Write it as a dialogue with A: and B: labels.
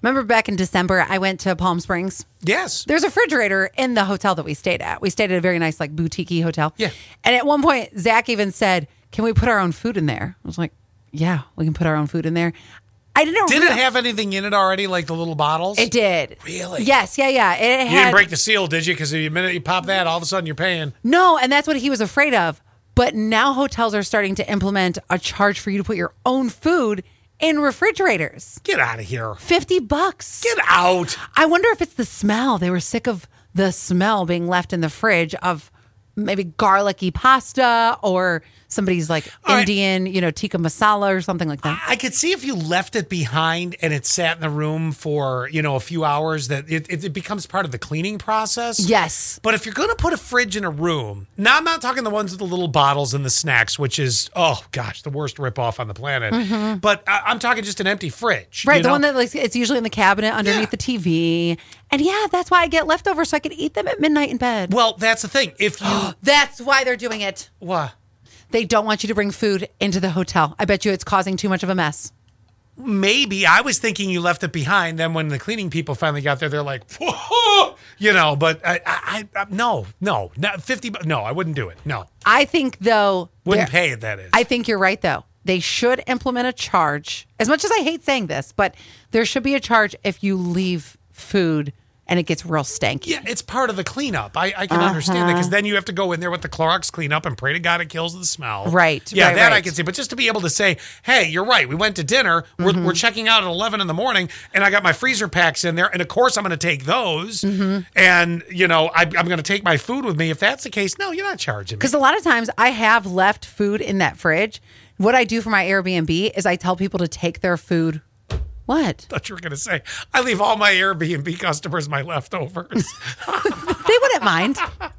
A: Remember back in December, I went to Palm Springs.
B: Yes.
A: There's a refrigerator in the hotel that we stayed at. We stayed at a very nice, like, boutique hotel.
B: Yeah.
A: And at one point, Zach even said, Can we put our own food in there? I was like, Yeah, we can put our own food in there. I didn't
B: Did it
A: real-
B: have anything in it already, like the little bottles?
A: It did.
B: Really?
A: Yes. Yeah. Yeah. It
B: You didn't break the seal, did you? Because the minute you pop that, all of a sudden you're paying.
A: No, and that's what he was afraid of. But now hotels are starting to implement a charge for you to put your own food in refrigerators.
B: Get out of here.
A: 50 bucks.
B: Get out.
A: I wonder if it's the smell. They were sick of the smell being left in the fridge of maybe garlicky pasta or somebody's like
B: All right.
A: Indian, you know, tikka masala or something like that.
B: I could see if you left it behind and it sat in the room for you know a few hours that it, it, it becomes part of the cleaning process.
A: Yes.
B: But if you're going to put a fridge in a room, now I'm not talking the ones with the little bottles and the snacks, which is oh gosh the worst ripoff on the planet. But I, I'm talking just an empty fridge,
A: Right,
B: you
A: the
B: know?
A: one that like it's usually in the cabinet underneath
B: Yeah.
A: the TV. And yeah, that's why I get leftovers so I could eat them at midnight in bed.
B: Well, that's the thing. If you
A: That's why they're doing it.
B: what
A: They don't want you to bring food into the hotel. I bet you it's causing too much of a mess.
B: maybe I was thinking you left it behind. Then when the cleaning people finally got there, they're like, Whoa! you know. But I, I, I no, no, not fifty. bu- No, I wouldn't do it. No,
A: I think though
B: wouldn't
A: there-
B: pay it. That is.
A: I think you're right though. They should implement a charge. As much as I hate saying this, but there should be a charge if you leave food and it gets real stanky.
B: yeah, it's part of the cleanup. I, I can understand that
A: Uh-huh.
B: because then you have to go in there with the Clorox cleanup and pray to God it kills the smell.
A: Right,
B: Yeah,
A: right,
B: that I
A: right.
B: can see. But just to be able to say, hey, you're right. We went to dinner. We're,
A: Mm-hmm.
B: we're checking out at 11 in the morning and I got my freezer packs in there. And of course, I'm going to take those.
A: Mm-hmm.
B: And, you know, I, I'm going to take my food with me. If that's the case, no, you're not charging me.
A: Because a lot of times I have left food in that fridge. What I do for my Airbnb is I tell people to take their food. What?
B: thought you were going to say, I leave all my Airbnb customers my leftovers.
A: They wouldn't mind.